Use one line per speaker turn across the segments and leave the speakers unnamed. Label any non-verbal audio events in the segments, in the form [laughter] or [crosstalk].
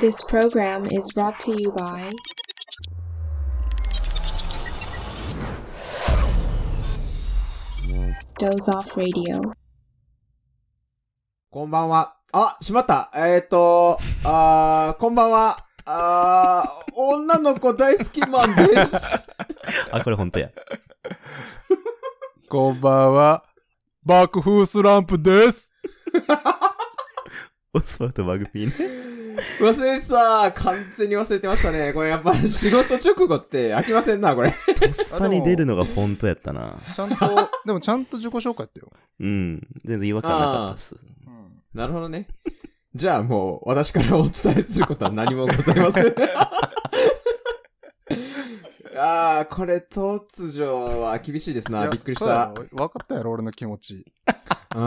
This program is brought to you by ド o z e Off Radio。
こんばんは。あ、しまった。えっ、ー、と、あーこんばんは。あー女の子大好きマン
[laughs]
です。
あ、これ本当や。
こんばんは。爆風スランプです。
[laughs] オスワルド・マグピーね。
忘れてた。完全に忘れてましたね。これやっぱ仕事直後って飽きませんな、これ。
[laughs] とっさに出るのが本当やったな。
ちゃんと、でもちゃんと自己紹介やってよ。
うん。全然違和感なかったです。
なるほどね。じゃあもう私からお伝えすることは何もございませ
[laughs]
ん。ああ、これ突如は厳しいです
い
[laughs] な。
や
びっくりし
そうや
た。
ろ分かったやろ、俺の気持ち。
うん。確かに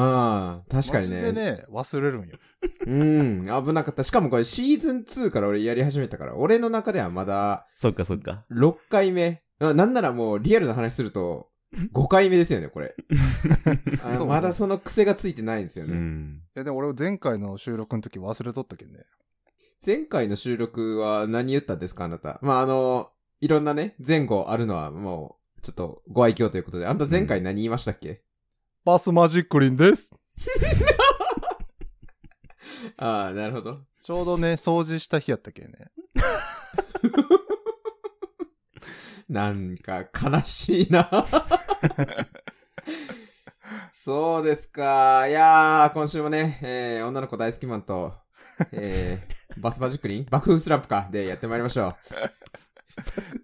マジでね、忘れるんよ。
うん、危なかった。しかもこれシーズン2から俺やり始めたから、俺の中ではまだ
そっかそっか。
6回目。ななんならもうリアルな話すると、5回目ですよね、
[laughs]
これ。あ
そうね
まだその癖がついてないんですよ
う
ね。
ん。
え、でも俺前回の収録の時忘れとったけんね。
前回の収録は何言ったんですか、あなた。まあ、あの、いろんなね、前後あるのはもう、ちょっとご愛嬌ということで、あなた前回何言いましたっけ、
バスマジックリンです。
ああ、なるほど。
ちょうどね、掃除した日やったけんね。
なんか悲しいな。そうですか。いやー、今週もね、えー、女の子大好きマンと、えー、バスマジックリン [laughs] 爆風スラップか。で、やってまいりましょ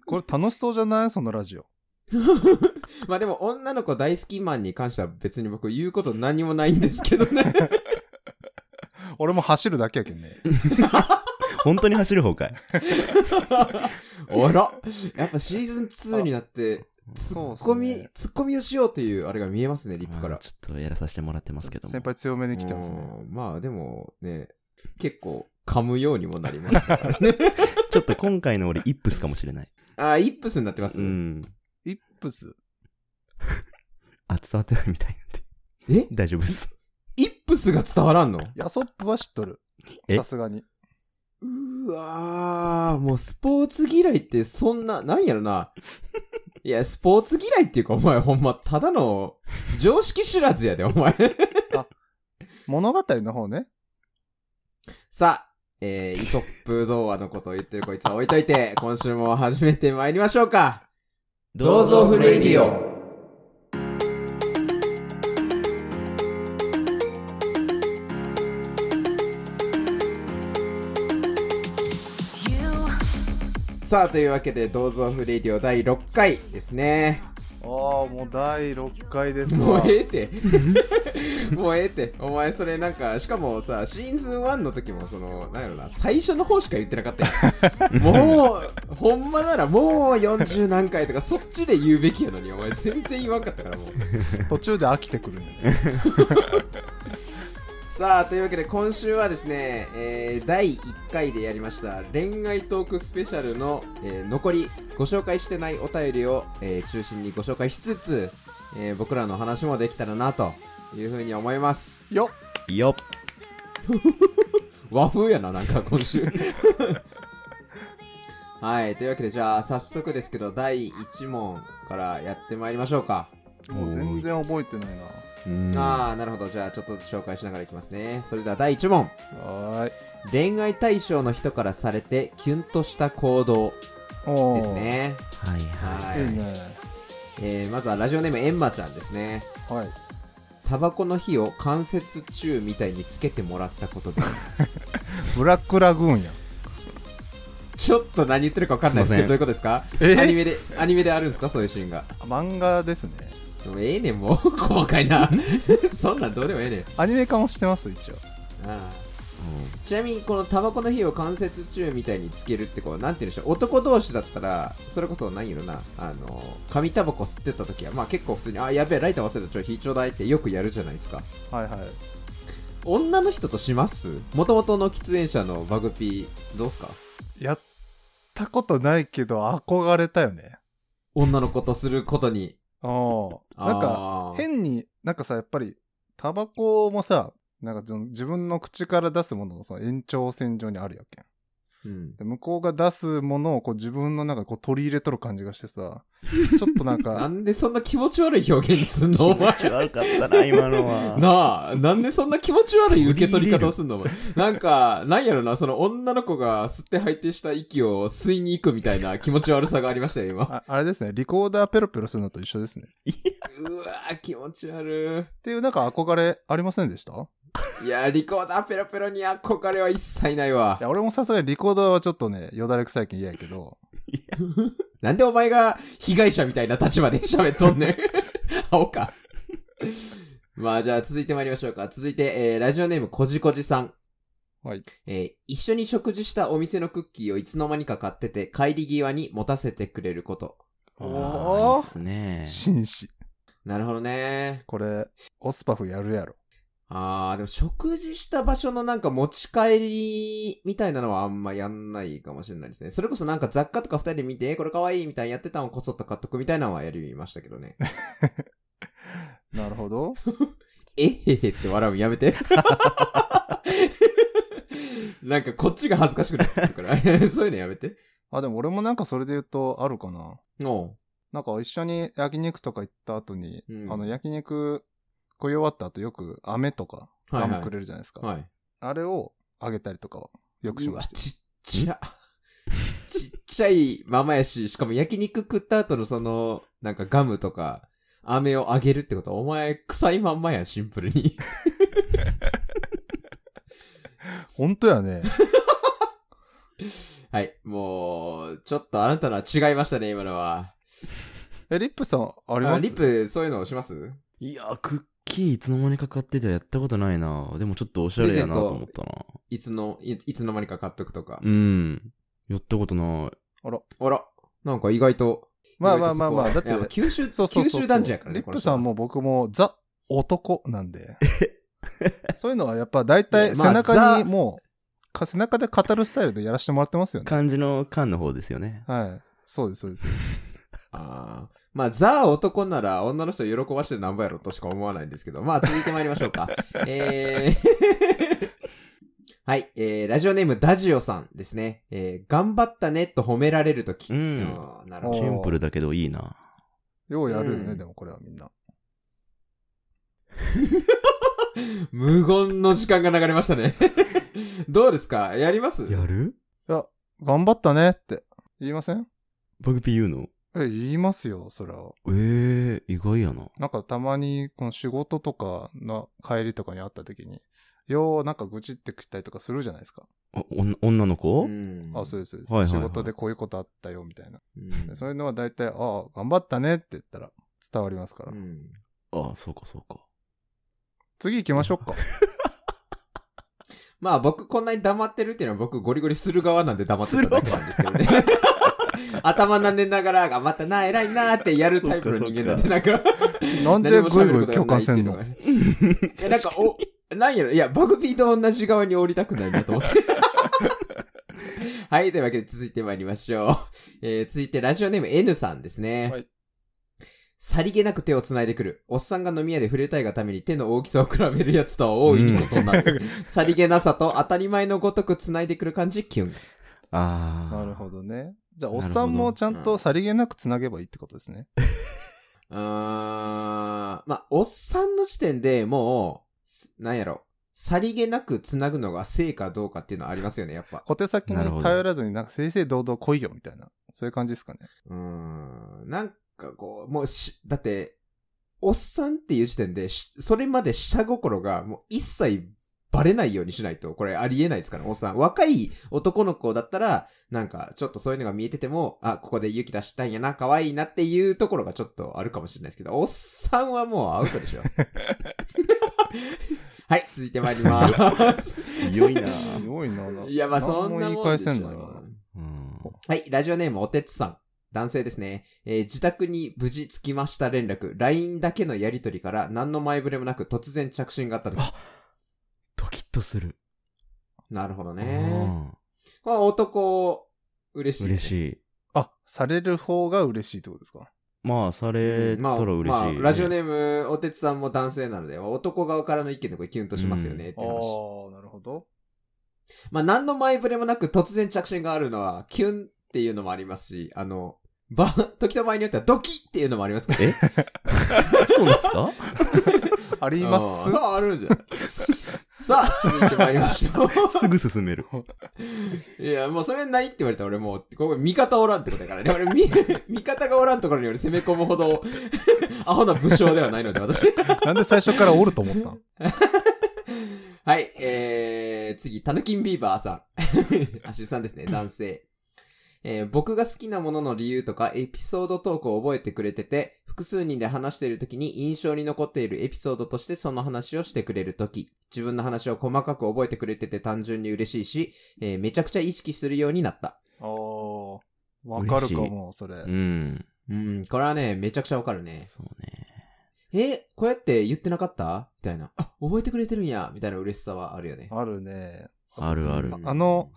これ楽しそうじゃないそのラジオ。
う。まあでも、女の子大好きマンに関しては別に僕言うこと何もないんですけど
[laughs]
ね。
俺も走るだけやけんね。
本当に走る方かい。
おらやっぱシーズン2になって、ツ
そうっ
ッ
す
コ
ね
ミ、ツッコミをしようというあれが見えますね、リップか
あ
ら
ち。ょっとやらさせてもらってますけども。
先輩強めに来てますね。
うんまあでもね、結構噛むようにもなりましたからね。
ちょっと今回の俺、イップスかもしれない。
あ、イップスになってます。
うん。
イップス。
あ、伝わってないみたいなんで。
え
大丈夫です。
イップスが伝わらんの
ヤソップは知っとる。
え
さすがに。
うわー、もうスポーツ嫌いってそんな、なんやろな。いや、スポーツ嫌いっていうか、お前ほんま、ただの常識知らずやで、お前。
物語の方ね。
さあ、えー、イソップ童話のことを言ってるこいつは置いといて、今週も始めてまいりましょうか。どうぞフレディオ。さあ、というわけで、どうぞフレディオ第6回ですね。
ああ、もう第6回です
もう
わ。
ええて。もうええて。お前それなんか、しかもさ、シーズン1の時もその、なんやろな、最初の方しか言ってなかったや [laughs] んもう、ほんまならもう40何回とかそっちで言うべきやのに、お前全然言わんかったからもう。
途中で飽きてくるん
[laughs]
だよね。
さあ、というわけで今週はですね、えー第1回でやりました恋愛トークスペシャルの、えー残りご紹介してないお便りを、えー中心にご紹介しつつ、えー僕らの話もできたらなというふうに思います。
よっ
よっ。
和風やな、なんか今週。はい、というわけでじゃあ早速ですけど第1問からやってまいりましょうか。
もう全然覚えてない
うん
ああ、なるほど。じゃあちょっとずつ紹介しながらいきますね。それでは第1問。
な。はーい。
恋愛対象の人からされてキュンとした行動
おー
です。ね。
はいは
は
い。
い
い
い。
ね。
えー、まずはラジオネームエンマちゃんですね。
はい。
タバコの火を関節中みたいにつけてもらった
[laughs]
ことです。
ブラックラグーンやん。
ちょっと何言ってるか分かんないですけど、どう
す
い
いう
ことですか
えー
アニメで、アニメであるんですかそういうシーンが。
漫画ですね。
でもええねん、もう。 [laughs] 細かいな。そんなんどうでもええねん。
アニメ化もしてます、一応。
ああちなみに、このタバコの火を関節中みたいにつけるって、こう、なんて言うんでしょう。男同士だったら、それこそ何やろな、あの、紙タバコ吸ってた時は、まあ結構普通に、あ、やべえ、ライター忘れた、ちょ、火ちょうだいってよくやるじゃないですか。
はいはい。
女の人としますもともとの喫煙者のバグピー、どうすか
やったことないけど、憧れたよね。
女の子とすることに。
ああ。なんか、
あー、
変に、なんかさ、やっぱり、タバコもさ、なんかその自分の口から出すもののその延長線上にあるやけん。
うん
で向こうが出すものをこう自分の中でこう取り入れとる感じがしてさ、ちょっとなん
な [laughs]
か、
んでそんな気持ち悪い表現すんの
[laughs]
お前
気持ち悪かったな、今のは。
なあ、なんでそんな気持ち悪い受け取り方をすんのお前なんか、なんやろな、その女の子が吸って吐いてした息を吸いに行くみたいな気持ち悪さがありましたよ、今。
ああれですね、リコーダーペロペロするのと一緒ですね。
うわぁ、気持ち悪
っていうなんか憧れありませんでしたい
い。いや、リコーダーペロペロに憧れは一切ないわ。
や、俺もさすがにリコーダーはちょっとね、よだれ臭いけん嫌やけど、
なんでお前が被害者みたいな立場で喋っとんね [laughs] ん。青か。まあじゃあ続いて参りましょうか。続いて、えーラジオネームこじこじさん。
はい。
えー一緒に食事したお店のクッキーをいつの間にか買ってて、帰り際に持たせてくれること。
あーいいっすね。
紳士。
なるほどね。
これ、オスパフやるやろ。
あー、でも食事した場所のなんか持ち帰りみたいなのはあんまやんないかもしれないですね。それこそなんか雑貨とか二人で見て、えこれ可愛いみたいにやってたのをこそっと買っとくみたいなのはやりましたけどね。
なるほど。
えへへって笑うのやめて。 [laughs] なんかこっちが恥ずかしくなってくるから。そういう [laughs] のやめて。
[laughs] あ、でも俺もなんかそれで言うとあるかな。
おう。
なんか一緒に焼肉とか行った後に、
うん
あの焼肉食い終わった後よく飴とか
はいは
ガ
い
ムくれるじゃないですか。
はい。
あれをあげたりとかをよくし
う
ま
わ、
した。
ちっちゃ。 [laughs] ちっちゃいままやし、しかも焼肉食った後のその、なんかガムとか、飴をあげるってことは、お前、臭いまんまやん、シンプルに。 [laughs]
本当やね。
はい、もう、ちょっとあなたのは違いましたね、今のは。
え、リップさんあ
あ
ります
リップ、そういうのをします
いやー、クッキーいつの間にか買ってたやったことないな。でもちょっとおしゃれやなと思ったな。
いつの、いいつの間にか買っとくとか。
うん。やったことない。
あら、なんか意外と。
まあまあまあまあ、
意外
だっ
とそこ
て、
はいや九州、
そうそうそうそう
九州男児やからね。
リップさ
この
ん
人は。
も僕もザ男なん
[laughs]
で。そういうのはやっぱ大
い
体
や
背
まあ
中に
ザ
もう、か背中で語るスタイルでやらせてもらってますよね。
漢字の漢の方ですよね。
はい。そうです、そうです。
あーまあ、ザ男なら女の人喜ばしてなんぼやろとしか思わないんですけど。まあ、続いて参りましょう
[laughs]
か。えー [laughs] はい、えー、ラジオネームダジオさんですね。えー、頑張ったねと褒められるとき。
うん
あーなるほ
お
ど。
ー
シンプルだけどいいな。
ようやるよね、
うん
でもこれはみんな。
無言の時間が流れましたね。 [laughs] どうですかやります
やる
頑張ったねって言いません
バグピー言うの
え、言いますよ、それは。
えー、意外やな。
なんかたまに、この仕事とかの帰りとかに会った時に、ようなんか愚痴ってきたりとかするじゃないですか。
あ、おん女の子、
ん
あ、そうです、そうです、
はいはいはい
仕事でこういうことあったよ、みたいな。
うん
でそういうのは大体、ああ、頑張ったねって言ったら伝わりますから。
うん
あ、そうかそうか。
次行きましょ [laughs] うか。
まあ僕こんなに黙ってるっていうのは僕ゴリゴリする側なんで黙ってただけなんですけどね。頭なでながら、頑張ったな、偉いなってやるタイプの人間なんで、なんか、
なんで
何も
グイ
喋るこ
グ
と
イ
が
共
ない
感
って
せ
いうんのが
の
ね。いや、なんか、お、なんやろ、いや、バグピーと同じ側に降りたくないなと思って。 [laughs] はい、というわけで続いて参りましょう。 [laughs] えー、続いてラジオネーム N さんですね。
はい
さりげなく手を繋いでくる。おっさんが飲み屋で触れたいがために手の大きさを比べるやつとは大いに異な
[laughs]
る。さりげなさと当たり前のごとく繋いでくる感じ、キュン。
あー。
なるほどね。じゃあ、
な
おっ
るほど
さんもちゃんとさりげなくつなげばいいってことですね。
うーん。まあ、おっさんの時点でもうす、なんやろ。さりげなく繋ぐのが正かどうかっていうのはありますよね、やっぱ。
小手先
なるほ
に
ど
頼らずに、なんか正々堂々来いよ、みたいな。そういう感じですかね。
うーん。なんかこう、もうし、だって、おっさんっていう時点でし、それまで下心がもう一切バレないようにしないと、これありえないですから、おっさん。若い男の子だったら、なんかちょっとそういうのが見えてても、あ、ここで勇気出したんやな、可愛いなっていうところがちょっとあるかもしれないですけど、おっさんはもうアウト [laughs] でしょ。はい、続いて参り [laughs] ます。
強いな。
強いな。ない
や、まあそんな
何
もん
も言
で
い返
しょ
せんのよ。
うん。
はい、ラジオネームおてつさん。男性ですね。えー自宅に無事着きました連絡。LINE だけのやりとりから何の前触れもなく突然着信があったと。
あドキッとする。
なるほどね。
ね
これは男、嬉しい、ね。
嬉し
い。
い。
あ、される方が嬉しいってことですか
まあ、された
ま
ら
あ、
嬉しい、
まあ、ラジオ
ね。
ネーム、おてつさんも男性なので、男側からの意見でこれキュンとしますよね、って話。
なるほど。
まあ、何の前触れもなく突然着信があるのは、キュンっていうのもありますし、あの、ば、時と場合によってはドキッっていうのもありますから。
え [laughs] そうなんです [laughs] か
あります
ああ、あるんじゃ
[laughs]
ないさあ、続いて参りましょう。
すぐ進める。
[laughs] いや、もうそれないって言われたら俺もう、ここ味方おらんってことだからね。俺、み [laughs] 味方がおらんところに俺攻め込むほど、 [laughs] アホな武将ではないので、私。 [laughs]
[laughs] なんで最初からおると思ったん
はい、えー、次、タヌキンビーバーさん。ア [laughs] シュさんですね、男性。えー僕が好きなものの理由とかエピソードトークを覚えてくれてて、複数人で話している時に印象に残っているエピソードとしてその話をしてくれる時、自分の話を細かく覚えてくれてて単純に嬉しいし、えーめちゃくちゃ意識するようになった。
あー、わかるかも、それ。
うん。
うん、これはね、めちゃくちゃわかるね。
そうね。
え、こうやって言ってなかったみたいな。あ、覚えてくれてるんやみたいな嬉しさはあるよね。
あるね。
あるある
う。ん
あの、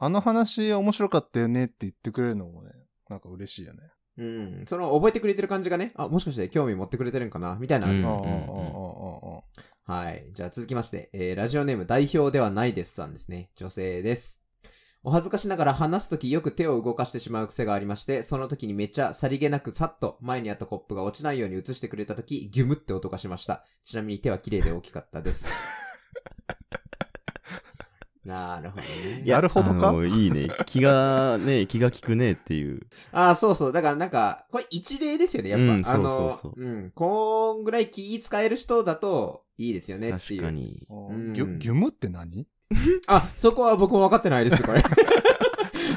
あの話面白かったよねって言ってくれるのもね、なんか嬉しいよね。
うん。その、覚えてくれてる感じがね、あ、もしかして興味持ってくれてるんかなみたいなのある
う
よ
ん
ああ、ああ、ああ、あ
はい。じゃあ続きまして、えー、ラジオネーム代表ではないですさんですね。女性です。お恥ずかしながら話すときよく手を動かしてしまう癖がありまして、その時にめっちゃさりげなくさっと前にあったコップが落ちないように移してくれた時、ギュムって音がしました。ちなみに手は綺麗で大きかった
[laughs]
です。なるほどね。
なるほどか
あのいいね。気がね、気が利くねっていう。
ああ、そうそう。だからなんか、これ一例ですよね、やっぱ。
うん
あの
そうそうそ
ん。こんぐらい気使える人だと、いいですよねってい
確
う。
かに。
[laughs] あ
うん
ギュギュムって何
あ、そこは僕も分かってないです、これ。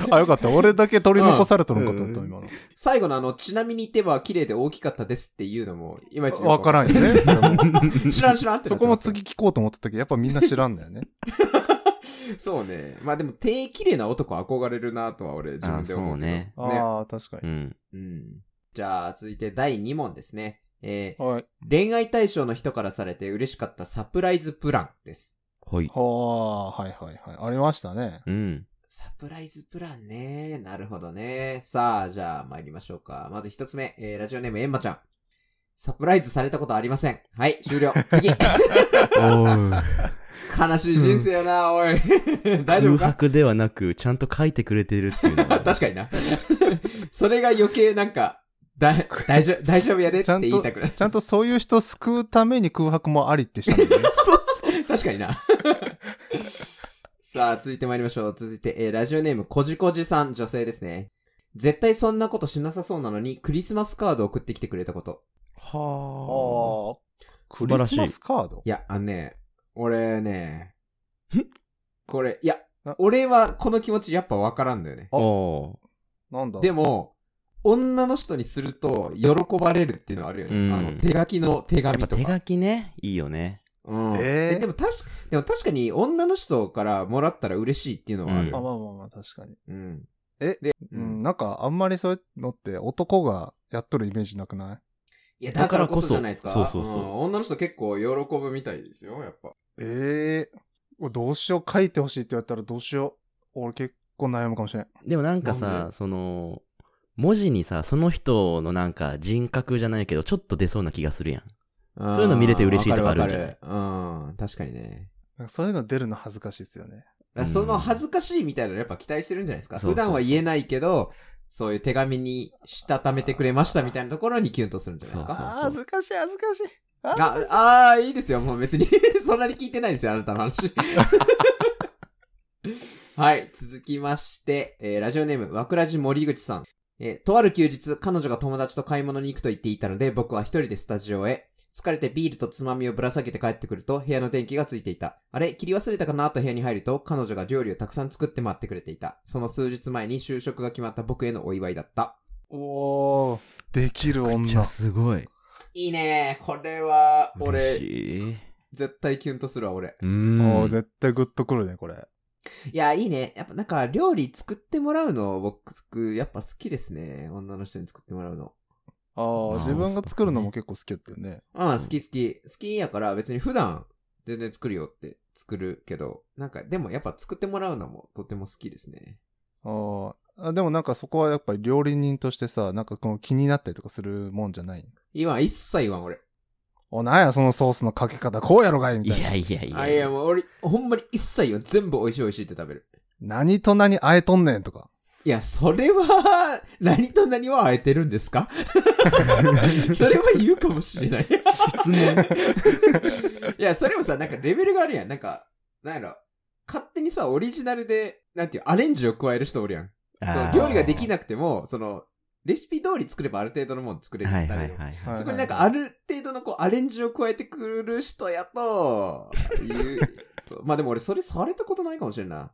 あ、よかった。俺だけ取り残されとるんかと思った、
うん
今の。
最後のあの、ちなみに手は綺麗で大きかったですっていうのも、いまいちよく
わからんよね。それも
[laughs] 知らん知らんってな
[laughs] そ
って
こも
ます
次聞こうと思ってたけど、やっぱみんな知らんだよね。
そうね。まあでも、手綺麗な男憧れるなとは俺自分で思うけど。
あそうね
ああ、確か
う
に。
ん。
うん。じゃあ、続いて第2問ですね。えー
はい。
恋愛対象の人からされて嬉しかったサプライズプランです。
はい。
はあ、はいはいはい。ありましたね。
うん。
サプライズプランね。なるほどね。さあ、じゃあ参りましょうか。まず一つ目、えーラジオネームエンマちゃん。サプライズされたことありません。はい、終了。次。
[laughs]
悲しい人生やな、おい。 [laughs] 大丈
空
夫か
白ではなく、ちゃんと書いてくれてるっていうのが。
[laughs] 確かにな。それが余計なんか、だ、大
[laughs]
丈夫、大丈夫やでっ
ちゃ
て
ん
言い
と、
たくなる。
ちゃんとそういう人救うために空白もありってしたんだね。
[laughs] 確かにな。さあ、続いて参りましょう。続いて、えーラジオネーム、こじこじさん、女性ですね。絶対そんなことしなさそうなのに、クリスマスカードを送ってきてくれたこと。
は
あ。
素
ク
晴
リ
らし
ス
い
マスカード
いや、あのね、俺ね
ん、
これ、いや
あ、
俺はこの気持ちやっぱわからんだよね。
あ。お
なんだ
でも、女の人にすると喜ばれるっていうのはあるよね。
うん
あの手書きの手
やっ
紙
ぱ
と
手
か。
書きね、いいよね。
うん
えー
でも確かでも確かに女の人からもらったら嬉しいっていうのはあるよ。
あ、まあまあまあ、確かに。
うん。
え
で、う
うんん、なんかあんまりそういうのって男がやっとるイメージなくない
いや、だからこそじゃないですか。
そうそうそうん
女の人結構喜ぶみたいですよ、やっぱ。
ええどうしよう、書いてほしいって言われたらどうしよう。俺結構悩むかもしれん。
でもなんか
なん
さ、
で
その、文字にさ、その人のなんか人格じゃないけど、ちょっと出そうな気がするやん。そういうの見れて嬉しいとかあるんじゃない
わかるわかるうん、確かにね。
なんかそういうの出るの恥ずかしいですよね。
うん
その恥ずかしいみたいなのやっぱ期待してるんじゃないですか。
そうそう
普段は言えないけど、そういう手紙にしたためてくれましたみたいなところにキュンとするんじゃないです
そうそう
か。
あー恥ずかしい、恥ずかしい。
あ、あーいいですよ。もう別に、 [laughs] そんなに聞いてないですよ、あなたの話。 [laughs] はい、続きまして、えーラジオネーム、わくらじ森口さん。えーとある休日、彼女が友達と買い物に行くと言っていたので、僕は一人でスタジオへ。疲れてビールとつまみをぶら下げて帰ってくると、部屋の電気がついていた。あれ切り忘れたかなと部屋に入ると、彼女が料理をたくさん作って待ってくれていた。その数日前に就職が決まった僕へのお祝いだった。
おー、できる
めっちゃ
女。
すごい。
いいねこれは、
嬉
俺、
しい。
絶対キュンとするわ、俺。
う。
もうん絶対グッとくるね、これ。
いや、いいね。やっぱなんか料理作ってもらうの、僕、やっぱ好きですね。女の人に作ってもらうの。
あー
あー
自分が作るのも結構好きだったよね。
ああ、好き好き。好きやから別に普段全然作るよって作るけど、なんかでもやっぱ作ってもらうのもとても好きですね。
あーあでもなんかそこはやっぱり料理人としてさ、なんかこの気になったりとかするもんじゃない
今一切言わん俺。
お、なんや、そのソースのかけ方、こうやろがいみ
い
たいな。
やいやいや。
あ、いや、もう俺、ほんまに一切は全部美味しい美味しいって食べる。
何と何あえとんねんとか。
いや、それは、何と何はあえてるんですか [laughs] それは言うかもしれない。
質問。
い [laughs] や、それもさ、なんかレベルがあるやん。なんか、なんやろ。勝手にさ、オリジナルで、なんていう、アレンジを加える人おるやん。そ
あ
の
ー
料理ができなくても、その、レシピ通り作ればある程度のもの作れる
はい
誰
は
で
い
も
はい。
はい
そこになんかある程度のこうアレンジを加えてくる人やと、いう。
[laughs]
まあでも俺それされたことないかもしれんな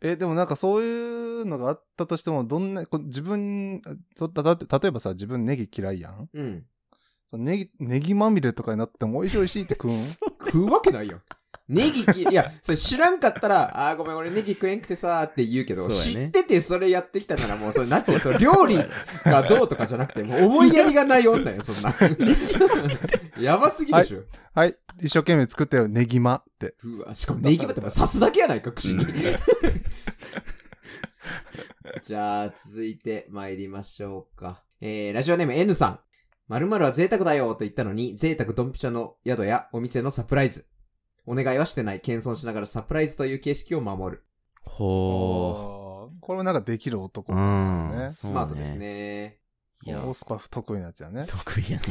え、でもなんかそういうのがあったとしても、どんな、こう自分、そだだって例えばさ、自分ネギ嫌いやん
い。うん。
そのネギ、ネギまみれとかになっても美味しい美味しいって食うん
食うわけないよ。ネギき、いや、それ知らんかったら、あーごめん俺ネギ食えんくてさーって言うけど、
そ
知
うやね
っててそれやってきたならもうそれなってよその料理がどうとかじゃなくて、もう思いやりがない女よ、そんな。やばすぎでしょ。
はい、一生懸命作ったよ、ネギまって。
うわ、しかもネギバって刺すだけやないか、口に。 [laughs] じゃあ、続いて参りましょうか。えー、ラジオネーム N さん。〇〇は贅沢だよと言ったのに、贅沢ドンピシャの宿やお店のサプライズ。お願いはしてない。謙遜しながらサプライズという形式を守る。
ほ
おこれもなんかできる男
う。うん。
ね
スマートですね。
そうね。いや
オ、スパフ得意なやつやね。
得意やね。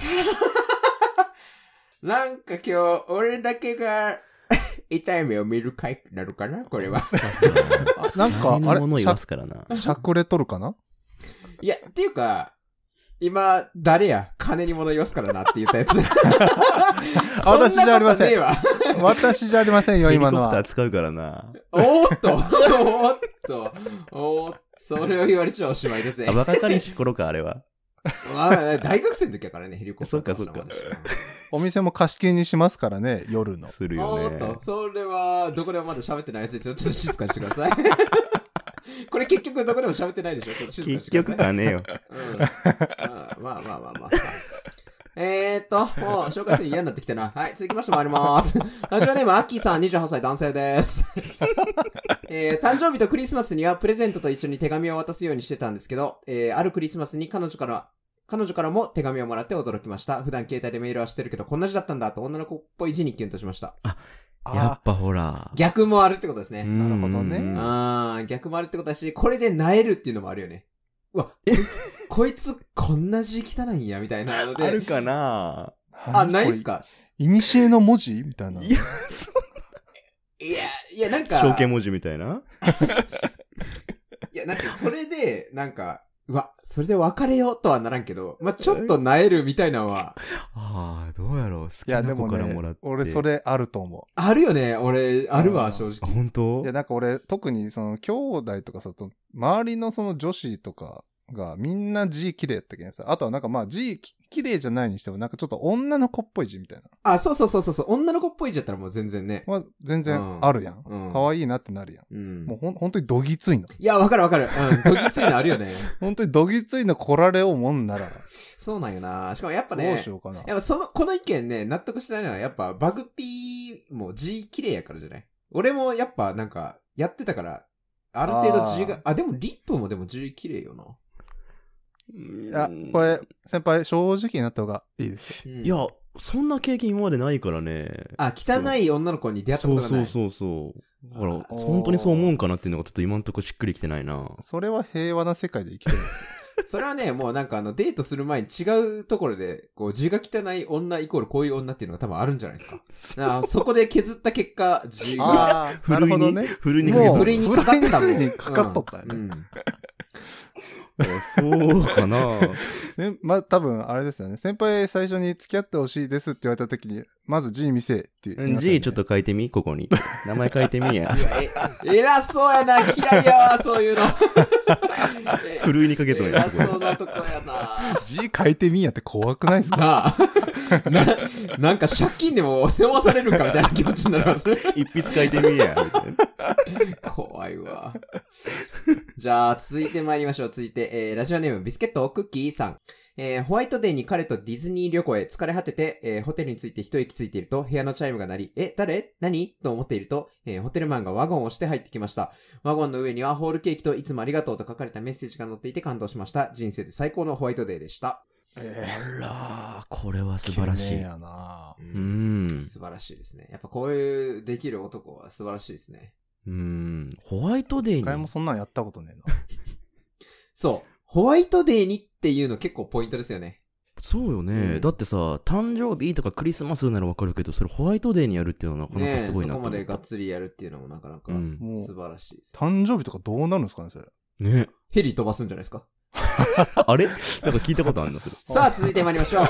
なんか今日、俺だけが [laughs] 痛い目を見る回になるかなこれは。
[laughs]
あ [laughs] なんか、
周り
あ
のもの言
れし
わ
ゃ、
すからな。
しゃくれとる
[laughs]
かない
や、っていうか、今、誰や金に物言わすからなって言ったやつ。 [laughs]
私じゃありません
そなことね
私じゃありませんよ、
ヘリコ
今
プ
の
ター
は。
使うからな。
えわ。おーっと、おーっと、おーっと、それを言われちゃおしまいですね
あ、。バカかりし頃か、あれは。
まあ大学生の時やからね、ヘリコプターと
そっかそっか
私は
お店も貸し切りにしますからね、夜の。
する
おー
よ
っ
ね。
と、それは、どこでもまだ喋ってないやつですよ。ちょっと静かにしてください。 [laughs] これ結局どこでも喋ってないでしょ。ちょっと静かにし
結
てください
局。かねえよ。
うんまあまあまあまあまあ。えーっと、もう紹介するの嫌になってきたな。はい、続きまして参ります。ラジオネーム、アッキーさん、28歳男性です。えー誕生日とクリスマスにはプレゼントと一緒に手紙を渡すようにしてたんですけど、えーあるクリスマスに彼女から、彼女からも手紙をもらって驚きました。普段携帯でメールはしてるけど、こんな字だったんだと女の子っぽい字にキュンとしました。
やっぱほら。
逆もあるってことです
う
ね。
ん
なるほどね
うん
あー、逆もあるってことだし、これで萎えるっていうのもあるよね。うわ、こいつこんな字汚いんや、みたいなの
ある
で。
かな
あ、ないっすか
いにしえの文字みたいな。
いや
いや、いや、なんか、
象形文字みたいない
や、なんか、それで、なんか、うわ、それで別れようとはならんけど、まあ、ちょっとなえるみたいなのは、
ああ、どうやろう。好き
いや、
な
で
子
も
からもらっ
ね
て。、
俺そ。れあると思
あるよね、俺、あるわ、正
あ、
直。
本当
う。いや、なんか俺、特にその、兄弟とかさ、と周りのその女子とかが、みんな字綺麗やったけんさ、あとはなんかまあ字き綺麗じゃないにしても、なんかちょっと女の子っぽい字みたいな。
あ、そうそうそうそうそう、女の子っぽい字だったらもう全然ね。
まあ、全
う
然
ん
あるやん。
うん
可愛いなってなるやん。
うん
もう。ほん、本当にどぎついの。
いや、わかるわかる。うん、どぎついのあるよね。
本当にどぎついの来られようもんなら、
そうなんよな。しかもやっぱ
どう
ね
し、ようかな。
やっぱその、この意見ね、納得しないのは、やっぱ、バグピーも字綺麗やからじゃない俺もやっぱ、なんか、やってたから、ある程度字が、あでもリップもでも字綺麗よな。
い
い
や、これ、先輩、正直になった方がいいですよ。
うん
いや、そんな経験今までないからね。
あ、汚い女の子に出会った
そ
こ
う
とがな
そ。
いう
そうそう。だから、
あ
ー
本当にそう思うんかなっていうのがちょっと今んとこしっくりきてないな。
それは平和な世界で生きてるんですよ。
それはね、もうなんかあの、デートする前に違うところで、こう、字が汚い女イコールこういう女っていうのが多分あるんじゃないですか。
[laughs]
あそこで削った結果、字が、
ああ、
ふ
な
る
る
い
ほど
に、
ね。
ふるいにかけ
も
た
う
ふるいにかかってたも
ふ
ん。
るいにかかっとったよね
うんうん
そうか [laughs] な
ね、まあ、多分、あれですよね。先輩最初に付き合ってほしいですって言われた時に、まず G 見せって言いましたよね
G ちょっと。書いてみここに。名前書いてみや [laughs]
い。やえ [laughs] 偉そうやな、嫌いやわ、そういうの。え
ふるいにかけとんや
偉。そうなとこやな。[laughs]
[laughs] G 書いてみんやって怖くないですか
なあ。な、なんか借金でも背負わされるんかみたいな気持ちになりますね。
一筆書いてみや。みたいな
怖いわ。じゃあ、続いて参りましょう。続いて、えー、ラジオネーム、ビスケットクッキーさん。えー、ホワイトデーに彼とディズニー旅行へ疲れ果てて、えー、ホテルに着いて一息ついていると、部屋のチャイムが鳴り、え、誰何と思っていると、えー、ホテルマンがワゴンをして入ってきました。ワゴンの上には、 [laughs] ホールケーキといつもありがとうと書かれたメッセージが載っていて感動しました。人生で最高のホワイトデーでした。
え
あらー、これは素晴らしい。
やな
う
うんん。
素晴らしいですね。やっぱこういうできる男は素晴らしいですね。
うん。ホワイトデ
一回
ー
も
に。
そんなんやったことねえ
そう。ホワイトデーにっていうの結構ポイントですよね。
そうよね、
うん
だってさ、誕生日とかクリスマスならわかるけど、それホワイトデーにやるっていうのはなかなか
ねえ、
す
そ
ごいな
ことま
思った。
でがっつりやるっていうのもなかなか
うん
な。も
素
う、
晴らしいですよ。
誕生日とかどうなるんですかね、それ。
ね。
ヘリ飛ばすんじゃないですか。
あれなんか聞いたことあるんだけど。
さあ、続いて参りましょう。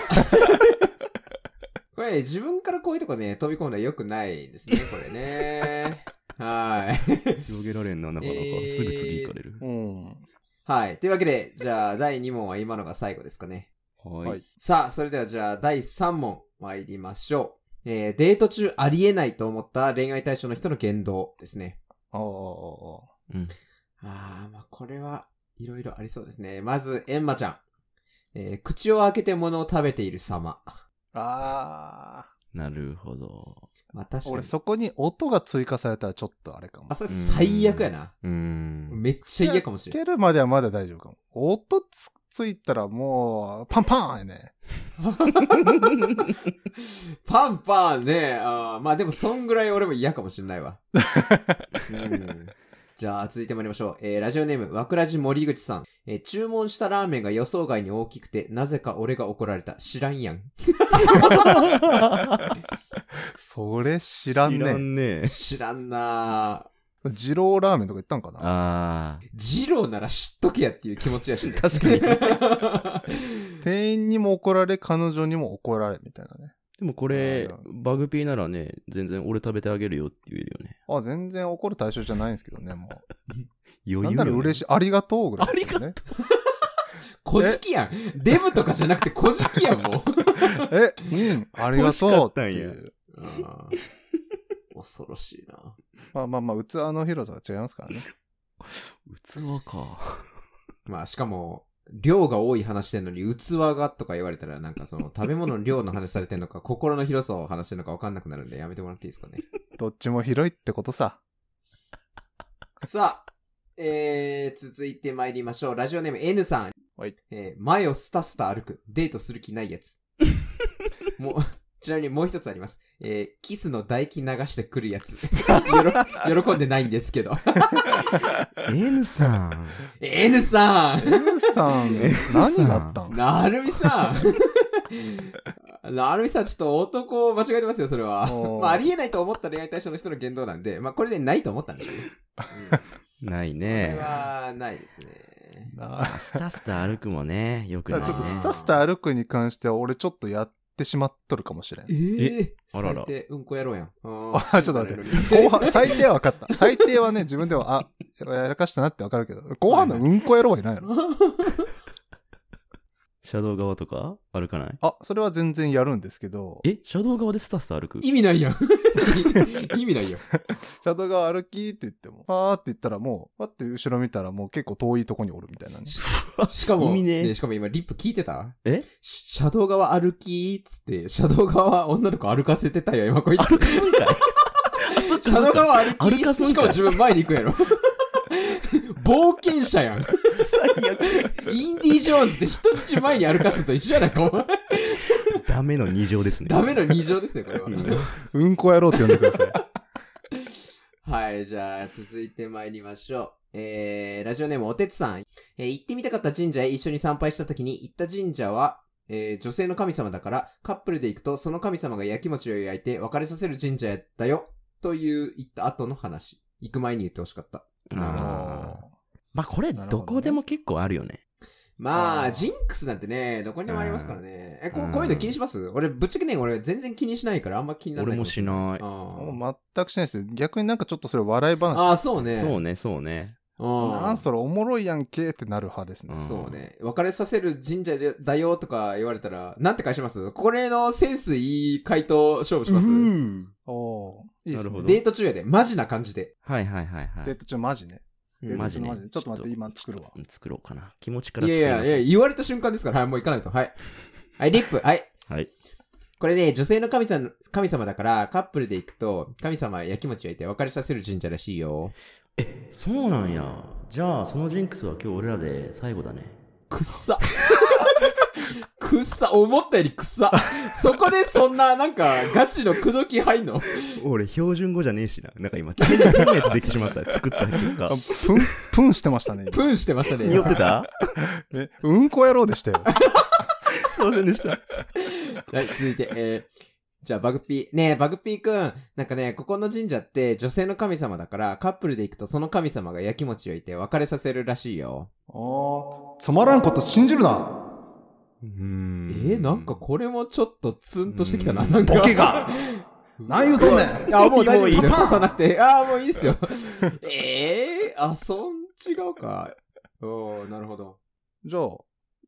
これ、自分からこういうとこね、飛び込んだら良くないですね、これ
[laughs]
ね。はい。
[laughs] 広げられんな、なかなか。
えー
すぐ次行かれる。
うん。
はい。というわけで、じゃあ、第2問は今のが最後ですかね。
はい。
はい
さあ、それではじゃあ、第3問、参りましょう。えー、デート中ありえないと思った恋愛対象の人の言動ですね。
ああ、ああ、ああ。
うん。
あー、まあ、これはいろいろありそうですね。まず、エンマちゃん。えー、口を開けて物を食べている様。
あ
なるほど。
まあ、確
ー
かに。
俺そこに音が追加されたらちょっとあれかも
あ、。それ最悪やな。
うーん。
めっちゃ嫌かもし
つ
れん。
けるまではまだ大丈夫かも。音つついたらもう、パンパンやね。
パンパンね。あーまあでも、そんぐらい俺も嫌かもしれないわ。うんじゃあ、続いて参りましょう。えー、ラジオネーム、わくらじ森口さん。えー、注文したラーメンが予想外に大きくて、なぜか俺が怒られた。知らんやん。
それ知らん
いら
ね。
んね
知らんな
二郎ラーメンとか言ったんかな
あ
ぁ。ジローなら知っとけやっていう気持ちやしね
[laughs] あ。。確かに。で
店員にも怒られ、彼女にも怒られ、みたいなね。
もこれ、バグピーならね、全然俺食べてあげるよって言えるよね。
あ、全然怒る対象じゃないんですけどね、もう。
余
な
裕よ、
んなら
ね。
嬉しい。ありがとうぐらいですよね。
こじきやん。デブとかじゃなくてこじきやん、もう。
え、うん、ありがとうってい
欲しかったん
う。
[laughs] あー恐ろしいな。
まあまあまあ、器の広さが違いますからね。
器か。
まあ、しかも、量が多い話してんのに、器がとか言われたら、なんかその、食べ物の量の話されてんのか、心の広さを話してんのか分かんなくなるんで、やめてもらっていいですかね。
どっちも広いってことさ。
[laughs] さあ、えー、続いて参りましょう。ラジオネーム N さん。
はい。
えー、前をスタスタ歩く。デートする気ないやつ。もう、ちなみにもう一つあります。えー、キスの唾液流してくるや
[laughs]
つ。よろ喜んでないんですけど。
N さん。
N さん
N
[laughs]
さん
N、さん
何があったん
なるみさんなるみさん、ちょっと男を間違えてますよ、それは。
おー
まあ、ありえないと思った恋愛対象の人の言動なんで、まあ、これでないと思ったんでしょうね。うんこ
[laughs] ない
れ
ね。
は、ないですね。
な
スタスタ歩くもね、よく
だ
ない
か
ね。
らちょっとスタスタ歩くに関しては、俺ちょっとやってしまっとるかもしれん。
ええ
あらら
最低うんこやろうやん。あ
あ、ちょっと待って。後半、最低は分かった。最低はね、自分では、あ、やらかしたなって分かるけど、後半のうんこ野郎はいないの。
シャドウ側とか歩かない
あ、それは全然やるんですけど、
えシャドウ側でスタスタ歩く
[laughs] 意味ないやん。 [laughs] 意味ないやん。
シャドウが歩きって言っても、パーって言ったらもう、パって後ろ見たらもう結構遠いとこにおるみたいなね。
しかも、
意味ねえ
しかも今、リップ聞いてた
え
シシャドウ側歩きーっつって、シャドウ側女の子歩かせてたよ、今こいつ。
そうかいあそっ
シ
か
ャ
そ
ド
っ
ウ
か
側歩き
歩か
ー
すんかい
しかも自分前に行くやろ。冒険者やん。
最悪。
インディ・ージョーンズって人質前に歩かすと一緒やないか、お前。
ダメの二乗ですね。
ダメの二乗ですね、これは。
うんこ野郎って呼んでください。
はい、じゃあ、続いて参りましょう。えー、ラジオネームおてつさん。えー行ってみたかった神社へ一緒に参拝した時に、行った神社は、えー女性の神様だから、カップルで行くと、その神様が焼き餅を焼いて別れさせる神社やったよ。という、行った後の話。行く前に言ってほしかった。なるほど。
あーまあこれ、
なるほど
ど
ね
こでも結構あるよね。
ま
あ
あ、
ー
ジンクスなんてね、どこにでもありますからね。え、こ
う
うんこういうの気にします俺、ぶっちゃけね、俺全然気にしないから、あんま気にならな
俺
い。
もしない。
あ
もう全くしないですよ。逆になんかちょっとそれ笑い
あ
話。
ああ、そうね。
そうね、そうね。
うん
なんそれおもろいやんけってなる派ですね。
うん
そうね。別れさせる神社でだよとか言われたら、なんて返しますこれのセンスいい回答勝負します、
おおーいいっす
なるほ
ね
ど。
デート中やで。マジな感じで。
はいはいはいは
デー
い。
ト中マジね。デート
マジ
中
ね
のマジね。ちょっと待って、今作るわ。
作ろうかな。気持ちから
いや
作
い
り
や
ます。
いや、言われた瞬間ですから、はい、もう行かないと。はい。はい、リップ。はい。
はい。
これね、女性の神様、神様だから、カップルで行くと、神様は焼き餅焼いて別れさせる神社らしいよ。
え、そうなんや。じゃあ、そのジンクスは今日俺らで最後だね。
くっさ。くっくっさ、思ったよりくっさ。そこでそんな、なんか、ガチの口説き入んの
俺、標準語じゃねえしな。なんか今、天然のやつできてしまった。作った結 [laughs]
あ
果。
プン、プンしてまし
[laughs]
たね。
プンしてましたね。
匂ってた
え、うんこ野郎でしたよ。
すいませんでした。
はい、続いて、えー、じゃあ、バグピー。ねえ、バグピーくん。なんかね、ここの神社って女性の神様だから、カップルで行くとその神様がやきもちをいて別れさせるらしいよ。
ああ、つまらんこと信じるな。
え
え
ー
ー、なんかこれもちょっとツンとしてきたな、
うん
なんか。
ボケが何言うとんねん。
あ、もう大丈夫ですよ。
パパ
パさなくて。あー、もういいですよ。ええー、あ、そん、違うか。おー、なるほど。
じゃあ、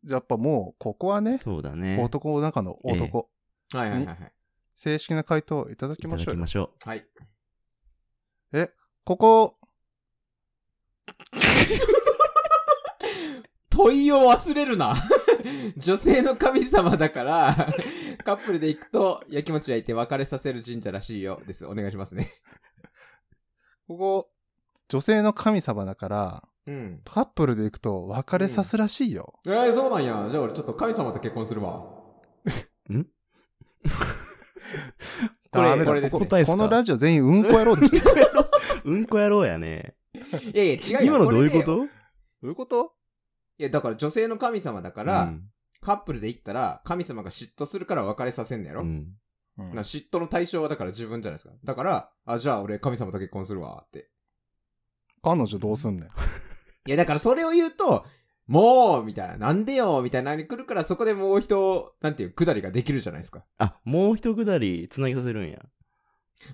じゃあやっぱもう、ここはね、
そうだね。
男の中の男、
はいはいはいはい。
正式な回答いただき
いた
ま
だ
しょ
き
うよ。
ましょ
はい。
ここ、
問いを忘れる [laughs] な。女性の神様だから、カップルで行くと、やきもち焼いて別れさせる神社らしいよ。です。お願いしますね。
ここ、女性の神様だから、
うん。
カップルで行くと別れさすらしいよ。
えー、そうなんや。じゃあ俺ちょっと神様と結婚するわ。
う。これ、
ダメだ
これですね
答えっすか
このラジオ全員うんこ野郎
[laughs]
でした。ど
うんこ野郎やね。
いやいや、違うよ。
今のどういうこ
れね
と
ういうこと
いや、だから女性の神様だか、
から
カップルで行ったら、神様が嫉妬するから別れさせんのやろ、
うん。
うん
な嫉妬の対象はだから自分じゃないですか。だから、あ、じゃあ俺神様と結婚するわって。
彼女どうすんねん。
いや、だからそれを言うと、もうみたいな、なんでよみたいなのに来るから、そこでもう人、なんていう、くだりができるじゃないですか。
あ、もう一くだりつなぎさせるんや。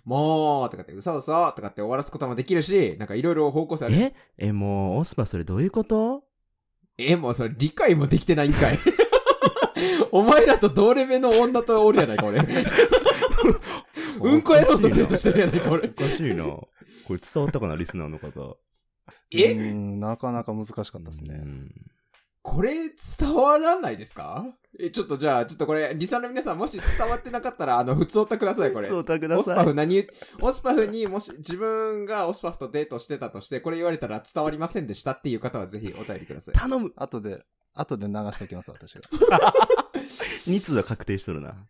もうとかって、うさうさとかって終わらすこともできるし、なんかいろいろ方向性ある。
ええ、もう、オスパそれどういうこと
え、もうそれ理解もできてないんかい。 [laughs] お前らと同レベの女とおるやないか、俺。うんこやろうとデートしてるやないか、
お
俺。
かしいな。これ伝わったかな、リスナーの方。
え
うんなかなか難しかったです
う
ね。
ん
これ伝わらないですかえ、ちょっとじゃあ、ちょっとこれ、リサの皆さんもし伝わってなかったら、あの、普通おったください、これ。
そうたくだ
オス
さ
パフ
い。
何言う、オスパフにもし自分がオスパフとデートしてたとして、これ言われたら伝わりませんでしたっていう方はぜひお便りください。
頼む
後で、後で流しておきます、私が。
!2 通は確定しとるな。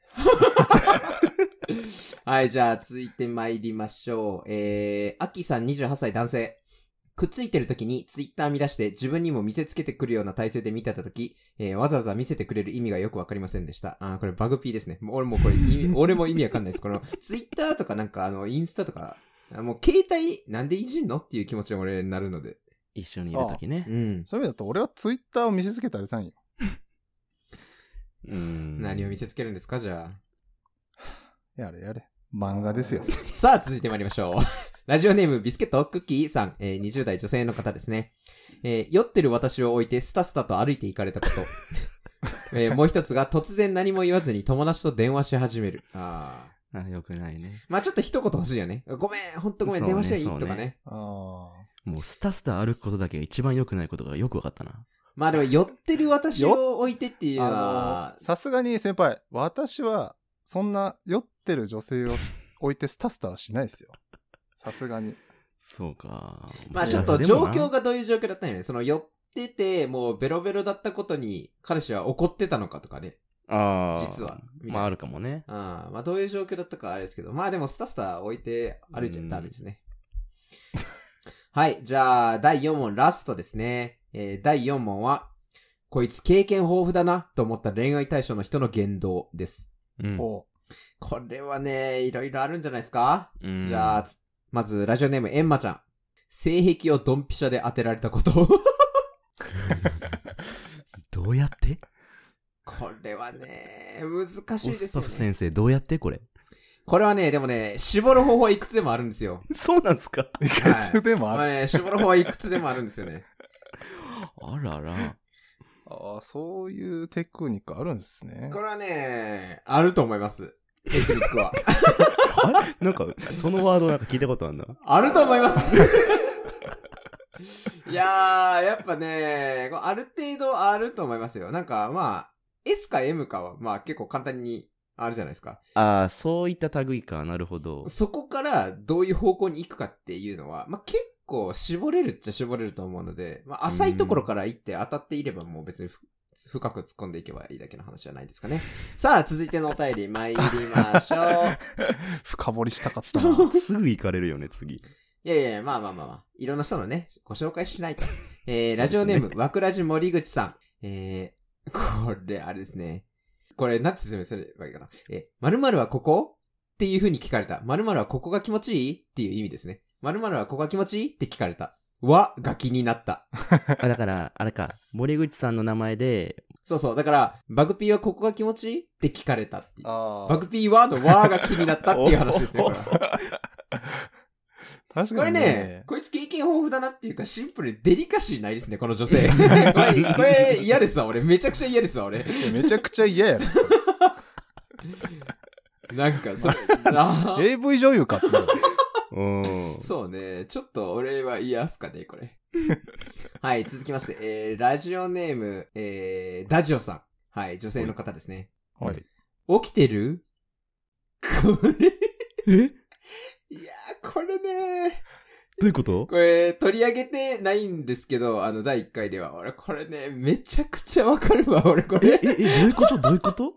はい、じゃあ続いて参りましょう。えー、アキさん28歳男性。くっついてる時にツイッター見出して自分にも見せつけてくるような体勢で見てた時、えー、わざわざ見せてくれる意味がよくわかりませんでした。あーこれバグピーですね。もう俺もうこれ意
[laughs]
味、俺も意味わかんないです。このツイッターとかなんかあの、インスタとか、あもう携帯なんでいじんのっていう気持ちが俺になるので。
一緒にいるとき
う
ね。
ん。
そういう意味だと、俺はツイッターを見せつけたりさんよ。
うん
何を見せつけるんですかじゃあ。
やれやれ。漫画ですよ。
さあ、続いて参りましょう。 [laughs] ラジオネーム、ビスケットクッキーさん、えー20代女性の方ですね。えー酔ってる私を置いてスタスタと歩いて行かれたこと。 [laughs] えーもう一つが、突然何も言わずに友達と電話し始める。ああ。
あ、よくないね。
まあちょっと一言欲しいよね。ごめん、ほんとごめん、
そうね
電話したらいいとか
そうね
ね。
あ
もう、スタスタ歩くことだけが一番良くないことがよくわかったな。
まあでも、酔ってる私を置いてっていうのは
あ。、さすがに先輩、私は、そんな酔ってる女性を置いてスタスタはしな
[laughs]
いですよ。さすがに。
そうか。
まあちょっと状況
が。
がどういう状況だったんやね。その酔ってて、もうベロベロだったことに、彼氏は怒ってたのかとかね。
ああ。
実はみたいな
まあ、あるかもね。
ああ、まあどういう状況だったかあれですけど、まあでもスタスタ置いて歩いちゃダメですね。はい、じゃあ第4問ラストですね。えー第4問は、こいつ経験豊富だなと思った恋愛対象の人の言動です。
うん
こ
これはね、いろいろあるんじゃないですか、
うん
じゃあ、つまずラジオネームエンマちゃん。性癖をドンピシャで当てられたこと。
[laughs] どうやって
これはね、難しい
オ
で
ス
すよ
パフ
ね。
先生、どうやってこれ。 [laughs]
これはね、でもね、絞る方法はいくつでもあるんですよ。
そうなんすか
う。いかつでもあ
まあ
る。
ね、絞る方法はいくつでもあるんですよね。
あらら。
ああ、そういうテクニックあるんですね
こ。れはね、あると思います。テクニックは。 [laughs]
あれなんか、そのワードなんか聞いたことあるな。
あると思います。いやー、やっぱね、こうある程度あると思いますよ。なんか、まあ、S か M かは、まあ結構簡単にあるじゃないですか。
ああ、そういった類か。なるほど。
そこからどういう方向に行くかっていうのは、まあ結構絞れるっちゃ絞れると思うので、まあ浅いところから行って当たっていればもう別にふ [laughs] 深く突っ込んでいけばいいだけの話じゃないですかね。さあ、続いてのお便り参りましょう。
[laughs] 深掘りしたかったな。
[laughs]
は
すぐ行かれるよね、次。
いやいやいや、まあまあまあまあ。いろんな人のね、ご紹介しないと。えー、ラジオネーム、わくらじ森口さん。えー、これ、あれですね。これ、なんて説明すればいいかな。えー、〇〇はここっていう風に聞かれた。〇〇はここが気持ちいいっていう意味ですね。〇〇はここが気持ちいいって聞かれた。わが気になった。
あ、だから、あれか、森口さんの名前で、
そうそう。だから、バグピーはここが気持ちいいって聞かれたっていう。
あ
バグピーはのわが気になったっていう話ですね、これは。
確
こ
か
れ
に
ね
ね、。
こいつ経験豊富だなっていうか、シンプルにデリカシーないですね、この女 [laughs] 性。これこれ嫌ですわ、俺。めちゃくちゃ嫌ですわ、俺。
いやめちゃくちゃ嫌
[laughs]
やろ。
なんか、 [laughs] それ、あー
AV 女優かってなる。
うん。
そうね、ちょっと俺は嫌っすかね、こ [laughs] れ。はい、続きまして、えー、ラジオネーム、えー、ダジオさん。はい、女性の方ですね。
[laughs]
はい。
起きてるこれ、
えど
いやー、これね、
ういうこと
これ、取り上げてないんですけど、あの、第1回では。俺、これね、めちゃくちゃわかるわ、俺、これ
え、。え、どういうことどういうこと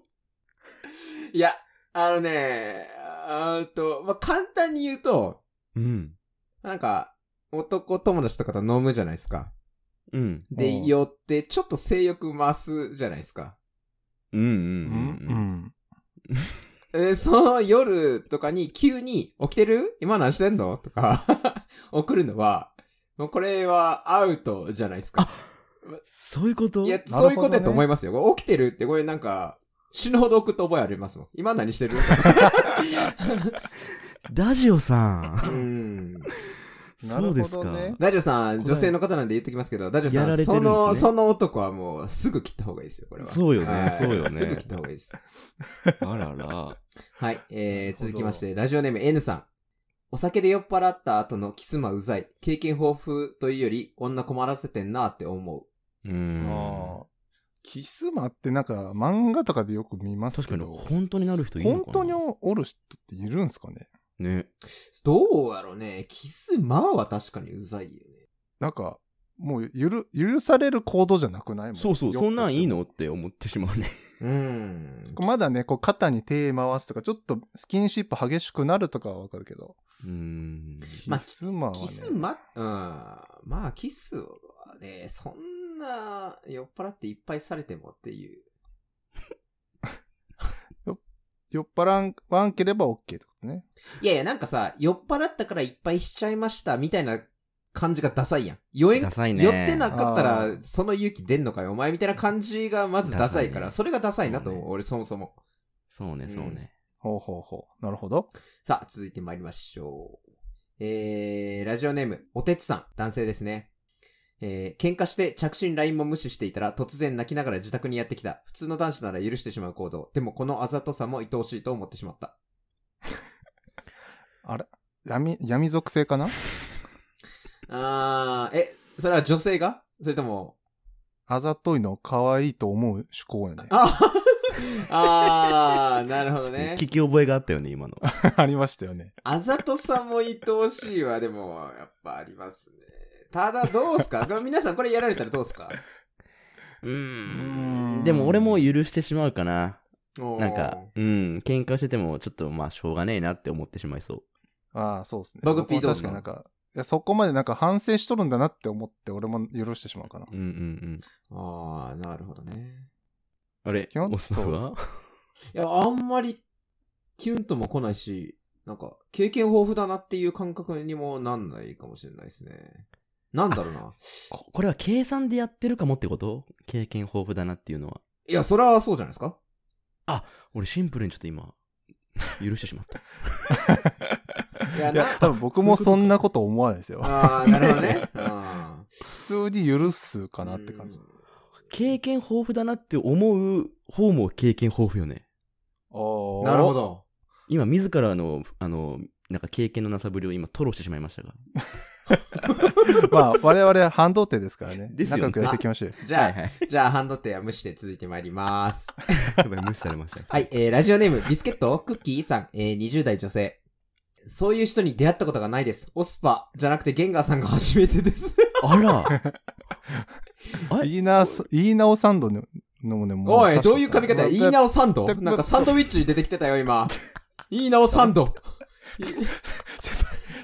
いや、あのね、あーっと、まあ、簡単に言うと、
うん。
なんか、男友達とかと飲むじゃないですか。
うん。
で、
うん
酔って、ちょっと性欲増すじゃないですか。
うんうん
う
うんうん。
ん。
えその夜とかに急に、起きてる今何してんのとか、 [laughs] 送るのは、もうこれはアウトじゃないですか。
そういうこと
いや、
どね
そういうことやと思いますよ。これ起きてるって、これなんか、死ぬほど送った覚えありますもん。今何
[laughs]
してる
ダジオさ。
うん [laughs] ん。
な
そ
る
うで
ほ
す
ど
か。
ね
ダジョさん、
これ
女性の方なんで言ってきますけど、ダジョさ
や
ん、
られてる
そ
んですね
の、その男はもう、すぐ切った方がいいですよ、これは。
そうよね
はい
そうよね
すぐ切った方がいいです。
あらら。
はい、えー、
なるほど
続きまして、ラジオネーム N さん。お酒で酔っ払った後のキスマうざい。経験豊富というより、女困らせてんなって思う。
う
あ
ん。
ーキスマってなんか漫画とかでよく見ます
確
け
かに、
ど、
本当になる人いるの
本
かな
当におる人っているんすかね
ね。
どうやろうね。キスマは確かにうざいよね。
なんか、もうゆる許される行動じゃなくないも
そうそう、そんなんいいの
酔っ
ってて思ってしまうね。
うーん
て。もまだね、こう肩に手回すとか、ちょっとスキンシップ激しくなるとかはわかるけど、
うん。
キ
まあ
スマはね。
キスマ、うん。まあ、キスはね、そんな、酔っ払っていっぱいされてもっていう。
酔っ払わんければ OK ってことね。
いやいや、なんかさ、酔っ払ったからいっぱいしちゃいました、みたいな感じがダサいやん。酔えん、
ダ
酔
サいね。
ってなかった
あ
ら、
ー
その勇気出んのかよ、お前みたいな感じがまずダサいから、
ダサいね
それがダサいなと思う、
そう
俺そもそも。
そうね、そうね。
ほうほうほう。なるほど。
さあ、続いて参りましょう。えー、ラジオネーム、おてつさん、男性ですね。えー、喧嘩して着信 LINE も無視していたら突然泣きながら自宅にやってきた。普通の男子なら許してしまう行動。でもこのあざとさも愛おしいと思ってしまった。
闇、闇属性かな
あー、え、それは女性がそれとも、
あざといのを可愛いと思う思考やね。
ああー、なるほどね。
[laughs] 聞き覚えがあったよね、今の。
[laughs] ありましたよね。
あざとさも愛おしいは、でも、やっぱありますね。ただ、どうすかこれ皆さんこれやられたらどうすか
う
ー
ん
ん
でも俺も許してしまうかな。
おー
なんか、うん、喧嘩しててもちょっとまあしょうがねえなって思ってしまいそう。
ああ、そうですね。
バグピー
僕
どう
も
す
確
か
かになんか、いやそこまでなんか反省しとるんだなって思って、俺も許してしまうかな。
うんうんうん。
ああ、なるほどね。
あれ
基本
オスパフは
いや、あんまり、キュンとも来ないし、なんか、経験豊富だなっていう感覚にもなんないかもしれないですね。なんだろうな。
ここれは計算でやってるかもってこと経験豊富だなっていうのは。
いや、それはそうじゃないですか
俺シンプルにちょっと今、許してしま [laughs] った。
いや、
い
な
や、、多分僕もそんなこと思わないですよ。
ああ、なるほどね。あ
普通に許すか
あ。
なって感じ。あ
うん
経験豊富だなって思う方も経験豊富よね。
あ
なるほ。ど。
今自らの、あの、なんか経験のなさぶりを今吐露してしまいましたが。
[laughs] まあ、我々は半導体ですからね。
ですよね
仲良くやっていきましょうよ。
じゃあ、
はいはい。
[laughs] じゃあ、ハンドテは無視で続いてまいります。
[laughs] やばい、無視されました。
はい、えー、ラジオネーム、ビスケット、クッキーさん、えー、20代女性。そういう人に出会ったことがないです。オスパ、じゃなくてゲンガーさんが初めてです。
[laughs] あら、はい
いいな、いいなおサンドののもね、も
おい、どういう髪型や
い
言い直サンド
だだ
なんかサンドウィッチ出てきてたよ、今。言い直サンド。
[laughs]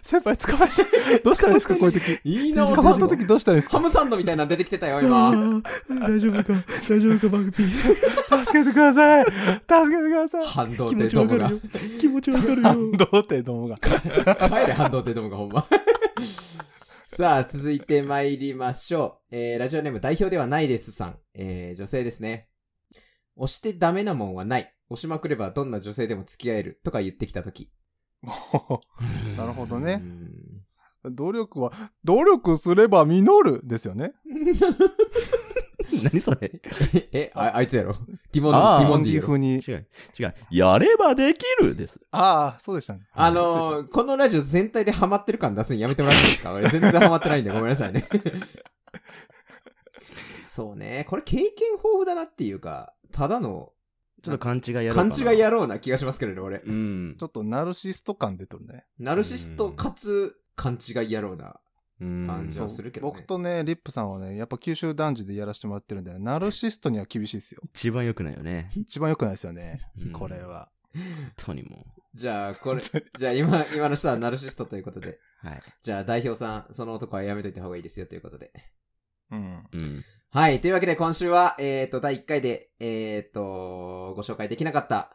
先輩捕まえちゃう。どうしたらいいですか、こういう時。
言い直
捕
サ
まっ
ンド
た。時どうしたらいいです
ハ
か
ムサンドみたいなの出てきてたよ、今。
大丈夫か大丈夫か、バグピー。 [laughs] 助けてください助けてください
反動でドムが。
気持ちわかるよ。どうってどうもが。 [laughs]
帰れ、反動でドムが、ほんま。さあ、続いて参りましょう。えー、ラジオネーム代表ではないですさん。えー、女性ですね。押してダメなもんはない。押しまくればどんな女性でも付き合えるとか言ってきたとき。
なるほどね
うーん
努力は、努力すれば実るですよね。
[laughs] 何それ
え、ああいつやろティモンディ、
あー
ティモ
モ
ン
ン
デ
デ
ィや
ィ
ろ。
風に。
違う。違う。やればできるです。
ああ、そうでしたね。
あのー、このラジオ全体でハマってる感出すのやめてもらっていいです
[laughs]
か俺全然ハマってないんでごめんなさいね。そうね。これ経験豊富だなっていうか、ただの
ちょっと勘違いやろうか
勘
な
違いやろうな気がしますけれど、俺
う。ん
ち。ょっとナルシスト感出とるね。
ナルシストかつ勘違いやろうな。
うん
感じはするけどね
僕とね、リップさんはね、やっぱ九州男児でやらせてもらってるんで、ナルシストには厳しいですよ。
一番良くないよね。
一番良くないですよね
うん。
これは。
本当にも
じゃあ、これ、じゃあ今、 [laughs] 今の人はナルシストということで。
う。はい。
じゃあ代表さん、その男はやめといた方がいいですよということで。
うん。
うん。
はい。というわけで今週は、えっ、と、第1回で、えっ、と、ご紹介できなかった、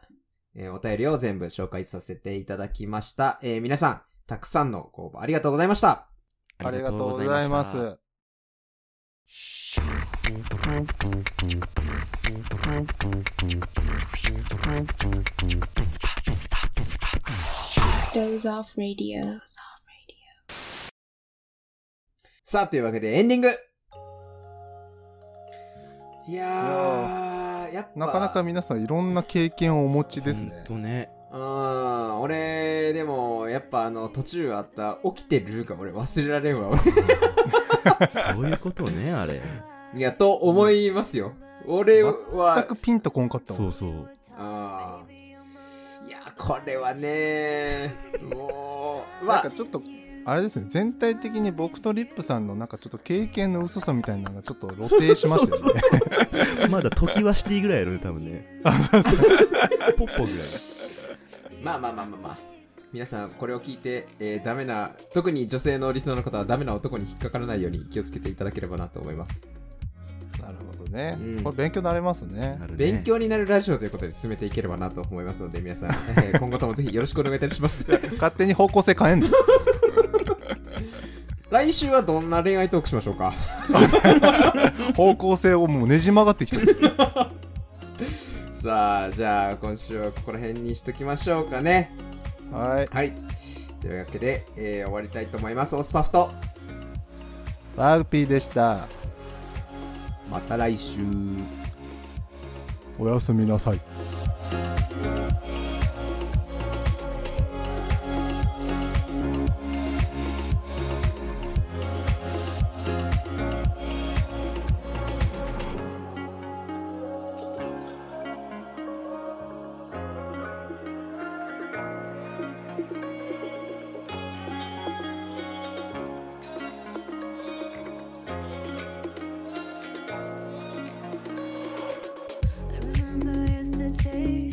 えーお便りを全部紹介させていただきました。えー皆さん、たくさんのご応募ありがとうございました。
ありがとうございます。
Doze off radio.
さあ、というわけでエンディングいやー、やっぱ。
なかなか皆さんいろんな経験をお持ちですね
本。当ね。
うん、俺、でも、やっぱあの、途中あった、起きてるが俺忘れられんわ、俺。
[laughs] そういうことね、あれ。
いや、と思いますよ。俺
全
は、
くピンとこんかった
そ
もん
う。そう。
あーいやこれはねもう
な
ま
んか
あ
ちょっと、あれですね、全体的に僕とリップさんのなんかちょっと経験の嘘さみたいなのがちょっと露呈しましたよ [laughs] ね。
まだ時はシティぐらいやろね、多分ね。ポッポぐらい。
まあまあまあまあまあ皆さんこれを聞いて、えーダメな特に女性のリスナーの方はダメな男に引っかからないように気をつけていただければなと思います
なるほどね
うん。
これ勉強になれますね
な。るね
勉。強になるラジオということで進めていければなと思いますので皆さん、えー今後ともぜひよろしくお願いいたします
勝手に方向性変えんの
来週はどんな恋愛トークしましょうか
方向性をもうねじ曲がってきて [laughs] る。
さあじゃあ今週はここら辺にしときましょうかね
はい。
はいというわけで、えー終わりたいと思いますオスパフと
バーピーでした。
また来週
おやすみなさい。
I remember yesterday.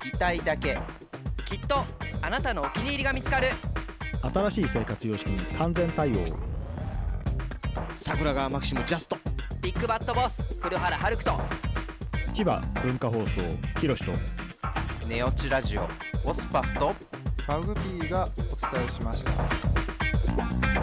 聞きたいだけ
きっとあなたのお気に入りが見つかる
新しい生活様式に完全対応
桜川マキシムジャスト
ビッグバットボス黒原遥人
千葉文化放送ひろしと
ネオチラジオオスパフと
バグピーがお伝えしました。